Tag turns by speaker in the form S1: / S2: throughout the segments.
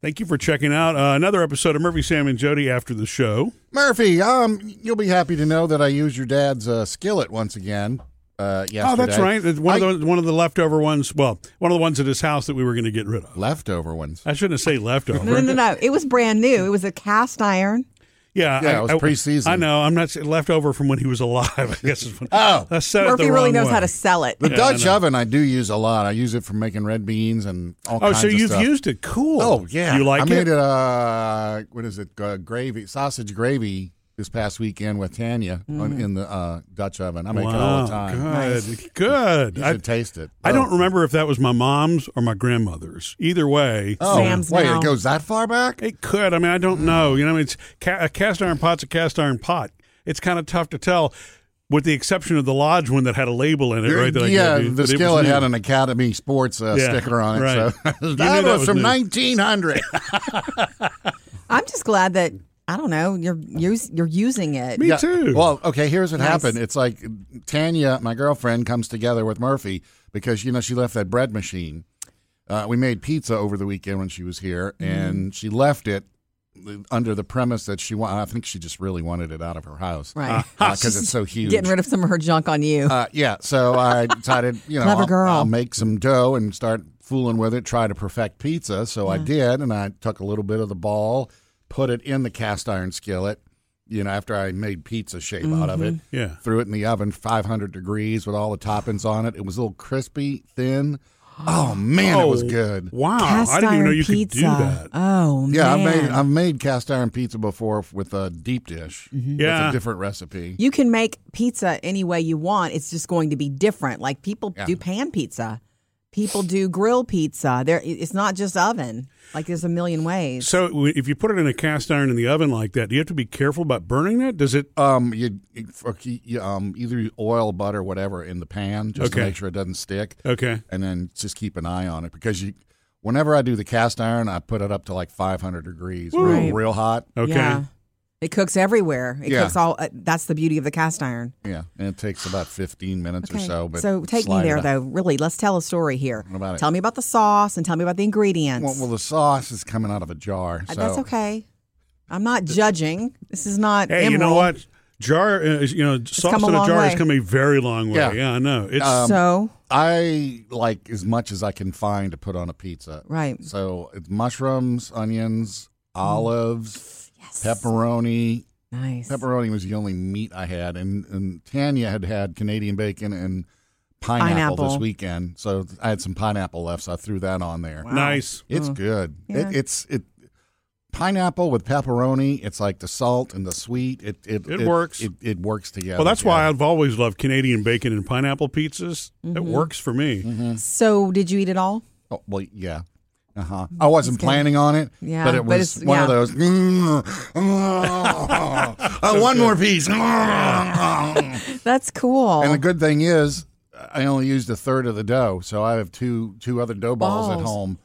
S1: Thank you for checking out uh, another episode of Murphy, Sam, and Jody after the show.
S2: Murphy, um, you'll be happy to know that I used your dad's uh, skillet once again. Uh, yesterday.
S1: Oh, that's right. It's One of the one of the leftover ones. Well, one of the ones at his house that we were going to get rid of.
S2: Leftover ones.
S1: I shouldn't say leftover.
S3: No, no, no, no. It was brand new. It was a cast iron.
S1: Yeah,
S2: Yeah, it was pre-season.
S1: I know. I'm not saying leftover from when he was alive. I guess is what.
S2: Oh.
S1: I said it
S3: Murphy
S1: the
S3: really
S1: wrong
S3: knows
S1: way.
S3: how to sell it.
S2: The
S1: Yeah, I
S2: Dutch
S1: know.
S2: oven I do use a lot. I use it for making red beans and all
S1: Oh,
S2: kinds
S1: so
S2: of
S1: you've
S2: stuff.
S1: used it. Cool.
S2: Oh yeah,
S1: You like
S2: I
S1: it?
S2: made it. Uh, what is it? Uh, gravy, sausage gravy. This past weekend with Tanya
S3: Mm.
S2: on, in the uh, Dutch oven. I make it all the
S1: Wow.
S2: time.
S1: Good. Good.
S2: You
S1: I,
S2: should taste it.
S1: I don't
S2: Oh.
S1: remember if that was my mom's or my grandmother's. Either way,
S2: Oh,
S3: Sam's
S2: wait,
S3: now.
S2: it goes that far back?
S1: It could. I mean, I don't know. You know, it's ca- a cast iron pot's a cast iron pot. It's kind of tough to tell, with the exception of the lodge one that had a label in it, right? That I
S2: yeah,
S1: gave you,
S2: the
S1: that it was
S2: skillet
S1: new.
S2: had an Academy Sports uh,
S1: Yeah,
S2: sticker on it.
S1: right. You
S2: So
S1: knew
S2: that,
S1: that
S2: was
S1: was
S2: from
S1: new.
S2: 1900.
S3: I'm just glad that I don't know. You're use, you're using it.
S1: Me too.
S2: Well, okay, here's what
S3: Nice.
S2: happened. It's like Tanya, my girlfriend, comes together with Murphy because, you know, she left that bread machine. Uh, we made pizza over the weekend when she was here,
S1: Mm-hmm.
S2: and she left it under the premise that she wanted, I think she just really wanted it out of her house.
S3: Right.
S2: Because it's so huge.
S3: Getting rid of some of her junk on you.
S2: Uh, yeah, so I decided, you know,
S3: Clever
S2: I'll,
S3: girl.
S2: I'll make some dough and start fooling with it, try to perfect pizza. So I did, and I took a little bit of the ball, put it in the cast iron skillet, you know, after I made pizza shape out of it.
S3: Mm-hmm.
S1: Yeah.
S2: Threw it in the oven, 500 degrees with all the toppings on it. It was a little crispy, thin. Oh, man, it was
S1: Oh,
S2: good.
S1: Wow,
S3: cast
S1: I didn't even know
S3: iron
S1: you
S3: pizza.
S1: could do that.
S3: Oh man.
S2: Yeah, I've made, I've made cast iron pizza before with a deep dish.
S3: Mm-hmm.
S1: Yeah.
S2: With a different recipe.
S3: you can make pizza any way you want. It's just going to be different. Like people
S2: Yeah.
S3: do pan pizza. People do grill pizza. There, it's not just oven. Like there's a million ways.
S1: So w- if you put it in a cast iron in the oven like that, do you have to be careful about burning that? Does it?
S2: Um, you, you- fuck, you- you, um, either you oil, butter, whatever in the pan, just to
S1: Okay. Uh,
S2: make sure it doesn't stick,
S1: Okay.
S2: and then just keep an eye on it because you, whenever I do the cast iron, I put it up to like 500 degrees, real,
S3: Right.
S2: real hot.
S1: Okay.
S3: Yeah. It cooks everywhere. It
S2: Yeah.
S3: cooks all. Uh, that's the beauty of the cast iron.
S2: Yeah, and it takes about 15 minutes or
S3: Okay.
S2: so. But
S3: take me
S2: slide it
S3: there,
S2: up.
S3: though. Really, let's tell a story here.
S2: What about it?
S3: Tell me about the sauce and tell me about the ingredients.
S2: Well, well, the sauce is coming out of a jar,
S3: Uh,
S2: so
S3: That's okay. I'm not judging. This is not.
S1: Hey, you know
S3: Emerald.
S1: what? Jar, uh, you know, sauce
S3: come a
S1: in a
S3: long
S1: jar has
S3: way.
S1: come a very long way.
S2: Yeah.
S1: Yeah, I know. It's
S2: Um,
S3: so
S2: I like as much as I can find to put on a pizza.
S3: right. Mm.
S2: So it's mushrooms, onions, olives, pepperoni,
S3: Nice.
S2: Pepperoni was the only meat I had, and, and Tanya had had Canadian bacon and pineapple,
S3: Pineapple.
S2: this weekend, so I had some pineapple left, so I threw that on there.
S3: Wow.
S1: nice.
S2: It's good.
S3: Yeah.
S2: It, it's it pineapple with pepperoni. It's like the salt and the sweet. It it,
S1: It works.
S2: It, it works together.
S1: Well, that's why
S2: yeah.
S1: I've always loved Canadian bacon and pineapple pizzas. It
S3: Mm-hmm.
S1: works for
S2: Mm.
S1: me.
S3: So did you eat it all?
S2: Oh, well, yeah. Uh huh. I wasn't planning on it,
S3: Mm-hmm. Yeah,
S2: but it
S3: but
S2: was
S3: it's-
S2: one
S3: yeah.
S2: of those. "Oh, one more piece.
S3: That's cool.
S2: And the good thing is, I only used a third of the dough, so I have two two other dough balls, at
S3: Balls.
S2: home.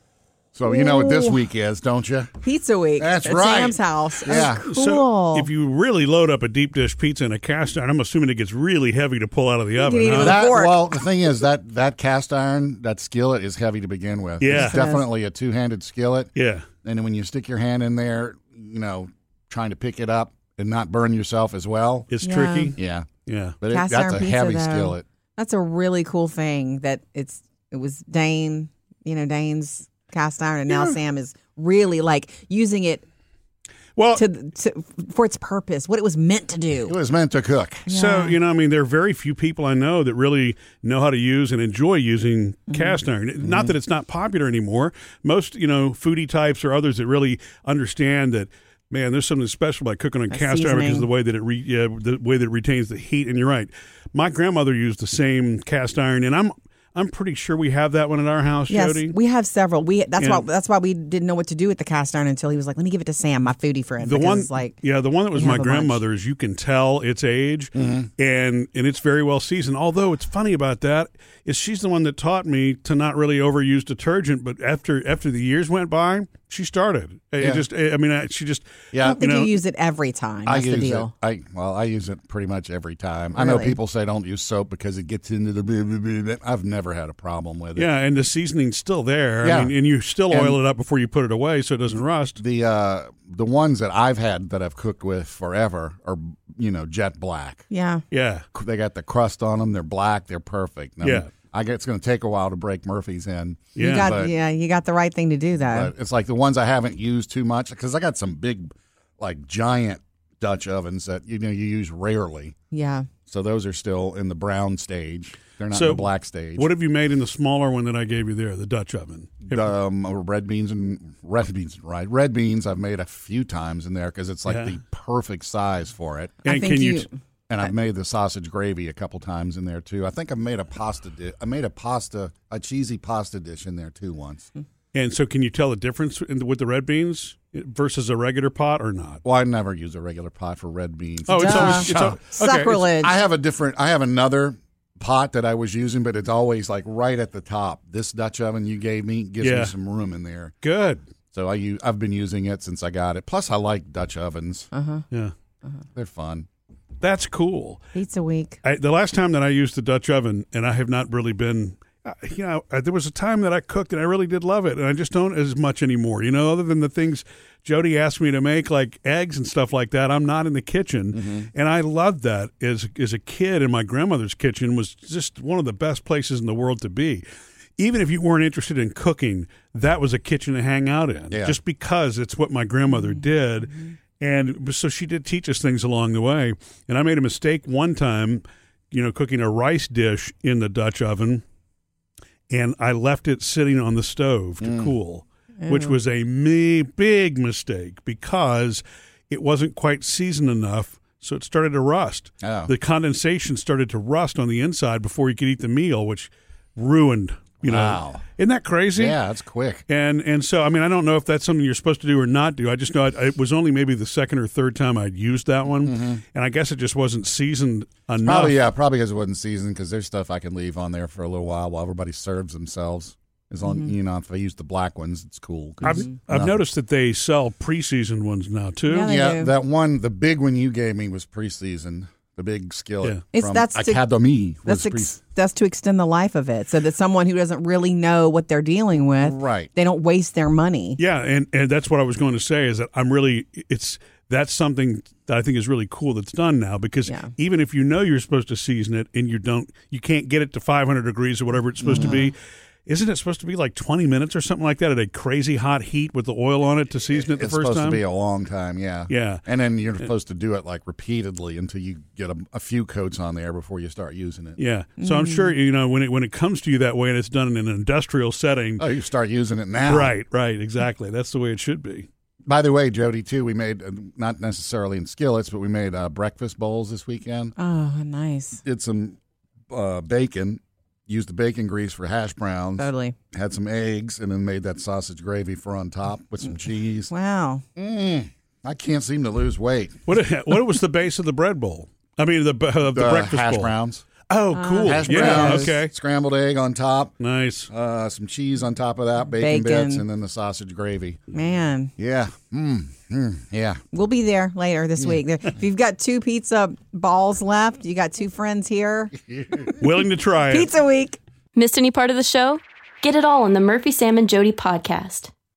S2: So you know what this
S3: Ooh.
S2: week is, don't you?
S3: Pizza week.
S2: That's
S3: at
S2: right.
S3: Sam's house.
S2: Yeah.
S3: Oh, cool.
S1: So if you really load up a deep dish pizza in a cast iron, I'm assuming it gets really heavy to pull out of the oven.
S3: need
S1: huh?
S3: a-
S2: That,
S3: fork.
S2: well, the thing is that that cast iron, that skillet is heavy to begin with.
S1: Yeah.
S2: it's definitely a two handed skillet,
S1: yeah.
S2: and then when you stick your hand in there, you know, trying to pick it up and not burn yourself as well.
S1: It's
S3: Yeah.
S1: tricky.
S2: Yeah,
S1: Yeah.
S2: but it,
S3: Cast
S2: that's
S3: iron
S2: a
S3: pizza,
S2: heavy
S3: though.
S2: skillet.
S3: That's a really cool thing that it's it was Dane, you know, Dane's cast iron and now Sam is really like using it
S1: Well,
S3: to, to for its purpose, what it was meant to do.
S2: It was meant to cook.
S1: so, you know, I mean, there are very few people I know that really know how to use and enjoy using
S3: Mm-hmm.
S1: cast iron. Not that it's not popular anymore. Most, you know, foodie types or others that really understand that. Man, there's something special about cooking on cast iron because
S3: seasoning.
S1: of the way that it re, yeah, the way that it retains the heat. And you're right, my grandmother used the same cast iron, and I'm I'm pretty sure we have that one at our house,
S3: Yes,
S1: Jody.
S3: we have several. We that's
S1: Yeah.
S3: why that's why we didn't know what to do with the cast iron until he was like, "Let me give it to Sam, my foodie friend."
S1: the
S3: because
S1: one
S3: it's like
S1: yeah the one that was
S3: we
S1: my
S3: have a bunch. Mm-hmm.
S1: grandmother's you can tell its age and and it's very well seasoned although it's funny about that is she's the one that taught me to not really overuse detergent but after after the years went by she started. It
S2: Yeah.
S1: just, I mean, I- she just,
S3: I
S2: Yeah,
S3: don't think you,
S1: know-
S3: use it every time.
S2: I
S3: That's
S2: use
S3: the deal.
S2: it. I well, I use it pretty much every time. I know
S3: Really?
S2: people say don't use soap because it gets into the. Blah, blah, blah, blah. I've never had a problem with it.
S1: yeah, and the seasoning's still there.
S2: Yeah.
S1: I mean, and you still
S2: And-
S1: oil it up before you put it away so it doesn't rust.
S2: The uh, the ones that I've had that I've cooked with forever are you know jet black.
S3: Yeah.
S1: Yeah.
S2: They got the crust on them. They're black. They're perfect. Now,
S1: Yeah.
S2: I guess it's going to take a while to break Murphy's in.
S1: Yeah.
S3: you got
S2: but-
S3: yeah, you got the right thing to do though.
S2: But it's like the ones I haven't used too much because I got some big, like giant Dutch ovens that you know you use rarely.
S3: yeah.
S2: So those are still in the brown stage. They're not
S1: So,
S2: in the black stage.
S1: What have you made in the smaller one that I gave you there, the Dutch oven?
S2: um, red beans and red beans, right? Red beans I've made a few times in there because it's like
S1: Yeah.
S2: the perfect size for it.
S3: I
S1: And
S3: think
S1: can you,
S3: you,
S1: t-
S2: And I've made the sausage gravy a couple times in there too. I think I made a pasta. Di- I made a pasta, a cheesy pasta dish in there too once.
S1: Hmm. and so can you tell the difference in the, with the red beans versus a regular pot or not?
S2: Well, I never use a regular pot for red beans.
S1: Oh, it's
S3: Duh.
S1: always it's al- okay, it's-
S3: sacrilege.
S2: I have a different. I have another pot that I was using, but it's always like right at the top. This Dutch oven you gave me gives
S1: Yeah.
S2: me some room in there,
S1: Good.
S2: so I use, I've been using it since I got it. Plus, I like Dutch ovens;
S3: uh-huh.
S1: Yeah.
S2: they're fun.
S1: That's cool.
S3: Pizza week.
S1: I, the last time that I used the Dutch oven, and I have not really been, I- you know, I, there was a time that I cooked and I really did love it, and I just don't as much anymore. You know, other than the things Jody asked me to make, like eggs and stuff like that, I'm not in the kitchen, and I loved that as as a kid. And my grandmother's kitchen was just one of the best places in the world to be. Even if you weren't interested in cooking, that was a kitchen to hang out in,
S2: Yeah.
S1: just because it's what my
S2: Mm-hmm.
S1: grandmother did. And so she did teach us things along the way. And I made a mistake one time, you know, cooking a rice dish in the Dutch oven, and I left it sitting on the stove to
S2: Mm.
S1: cool, which was a me big mistake because it wasn't quite seasoned enough. So it started to rust.
S2: Oh.
S1: The condensation started to rust on the inside before you could eat the meal, which ruined. You know,
S2: Wow.
S1: isn't that crazy?
S2: Yeah, that's quick.
S1: And and so I mean I don't know if that's something you're supposed to do or not do. I just know it, it was only maybe the second or third time I'd used that one, and I guess it just wasn't seasoned enough.
S2: Mm-hmm. Probably yeah, probably because it wasn't seasoned. Because there's stuff I can leave on there for a little while while everybody serves themselves. As long you know, if I use the black ones, it's cool. 'cause-
S1: Mm-hmm. I've I've noticed that they sell pre-seasoned ones now too.
S3: Yeah, they
S2: yeah,
S3: do.
S2: that one, the big one you gave me was pre-seasoned. The big skillet
S1: Yeah.
S3: It's-
S2: from
S3: that's to-
S2: Academy was
S3: That's
S2: pre-
S3: ex- that's to extend the life of it so that someone who doesn't really know what they're dealing with,
S2: right.
S3: they don't waste their money.
S1: Yeah, and and that's what I was going to say is that I'm really it's that's something that I think is really cool that's done now because
S3: Yeah.
S1: even if you know you're supposed to season it and you don't you can't get it to 500 degrees or whatever it's supposed to be.
S2: Mm-hmm.
S1: Isn't it supposed to be like 20 minutes or something like that at a crazy hot heat with the oil on it to season it the
S2: it's
S1: first
S2: supposed
S1: time?
S2: to be a long time, yeah.
S1: Yeah.
S2: And then you're supposed to do it like repeatedly until you get a, a few coats on there before you start using it.
S1: Yeah. So I'm sure you know when it when it comes to you that way and it's done in an industrial setting.
S2: Oh, you start using it now.
S1: Right, right, exactly. That's the way it should be.
S2: By the way, Jody, too, we made uh, not necessarily in skillets, but we made uh, breakfast bowls this weekend.
S3: Oh, nice.
S2: Did some uh, bacon, used the bacon grease for hash browns,
S3: Totally.
S2: had some eggs, and then made that sausage gravy for on top with some cheese.
S3: Wow.
S2: Mm, I can't seem to lose weight.
S1: What what was the base of the bread bowl? I mean the b- uh, the
S2: Uh,
S1: breakfast
S2: hash
S1: bowl.
S2: browns.
S1: Oh, cool.
S2: Hash
S1: yeah,
S2: browns.
S1: okay.
S2: Scrambled egg on top.
S1: Nice.
S2: Uh, some cheese on top of that, bacon,
S3: Bacon.
S2: bits, and then the sausage gravy.
S3: Man.
S2: Yeah. Mm, mm, yeah.
S3: We'll be there later this week. If you've got two pizza balls left, you got two friends here.
S1: Willing to try it.
S3: Pizza week.
S4: Missed any part of the show? Get it all on the Murphy, Sam, and Jody podcast.